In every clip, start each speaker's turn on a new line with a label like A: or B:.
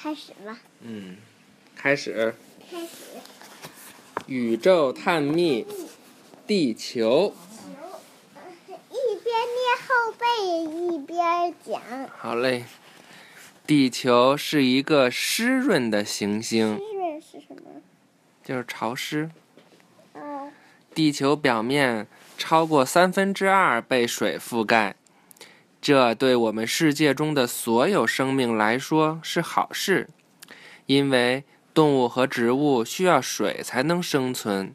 A: 开始吧，
B: 嗯，开始
A: 开始。
B: 宇宙探秘，地球。
A: 一边捏后背一边讲，
B: 好嘞，地球是一个湿润的行星，
A: 湿润是什么？
B: 就是潮湿。
A: 嗯，
B: 地球表面超过三分之二被水覆盖，这对我们世界中的所有生命来说是好事，因为动物和植物需要水才能生存。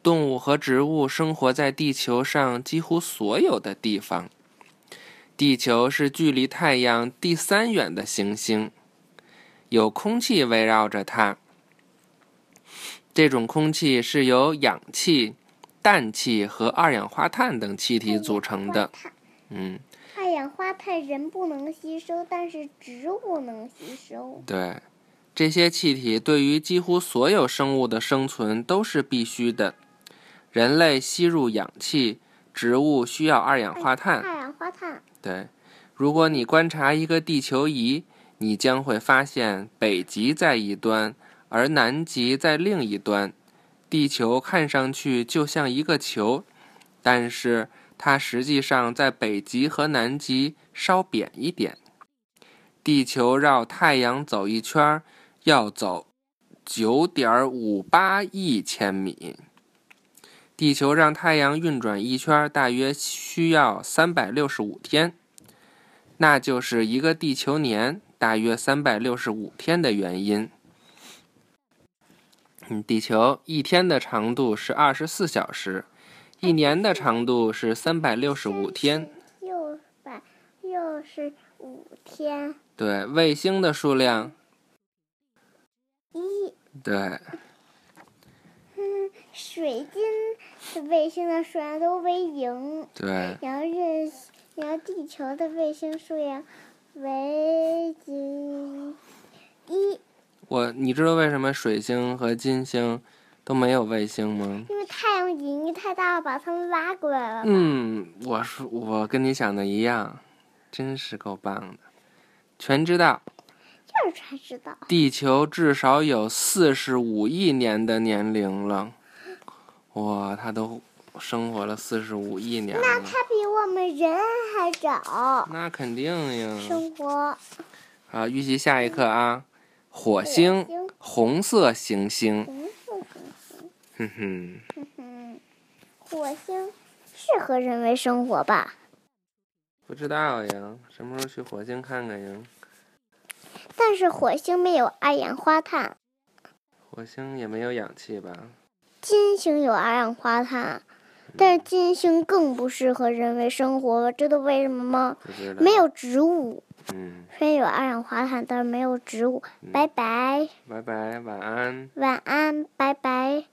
B: 动物和植物生活在地球上几乎所有的地方。地球是距离太阳第三远的行星，有空气围绕着它。这种空气是由氧气、氮气和二氧化碳等气体组成的。
A: 碳
B: 嗯，
A: 二氧化碳人不能吸收，但是植物能吸收。
B: 对，这些气体对于几乎所有生物的生存都是必须的。人类吸入氧气，植物需要二氧化碳。
A: 二氧化碳，
B: 对，如果你观察一个地球仪，你将会发现北极在一端，而南极在另一端。地球看上去就像一个球，但是它实际上在北极和南极稍扁一点。地球绕太阳走一圈儿要走九点五八亿千米。地球让太阳运转一圈儿大约需要三百六十五天，那就是一个地球年大约三百六十五天的原因。嗯，地球一天的长度是二十四小时，一年的长度是三百六十五天。
A: 六百六十五天，
B: 对，卫星的数量，
A: 一
B: 对
A: 水晶的卫星的数量都为零，
B: 对
A: 然后日，然后地球的卫星数量为几一，
B: 我，你知道为什么水星和金星都没有卫星吗？
A: 因为太阳引力太大了，把它们拉过来了。
B: 嗯，我说我跟你想的一样，真是够棒的。全知道，
A: 这才知道，
B: 地球至少有四十五亿年的年龄了，哇，它都生活了四十五亿年
A: 那
B: 了，
A: 它比我们人还早
B: 那肯定呀。
A: 生活。
B: 啊，预习下一课啊，火
A: 星
B: 星，红色行星，
A: 红色行星，
B: 哼哼，
A: 哼哼，火星适合人类生活吧？
B: 不知道呀，什么时候去火星看看呀？
A: 但是火星没有二氧化碳，
B: 火星也没有氧气吧？
A: 金星有二氧化碳，
B: 嗯
A: 但是金星更不适合人类生活，知道为什么吗？
B: 不知道，
A: 没，有植物，
B: 嗯，
A: 虽然有二氧化碳，但是没有植物。拜拜，
B: 拜拜，晚安。
A: 晚安，拜拜。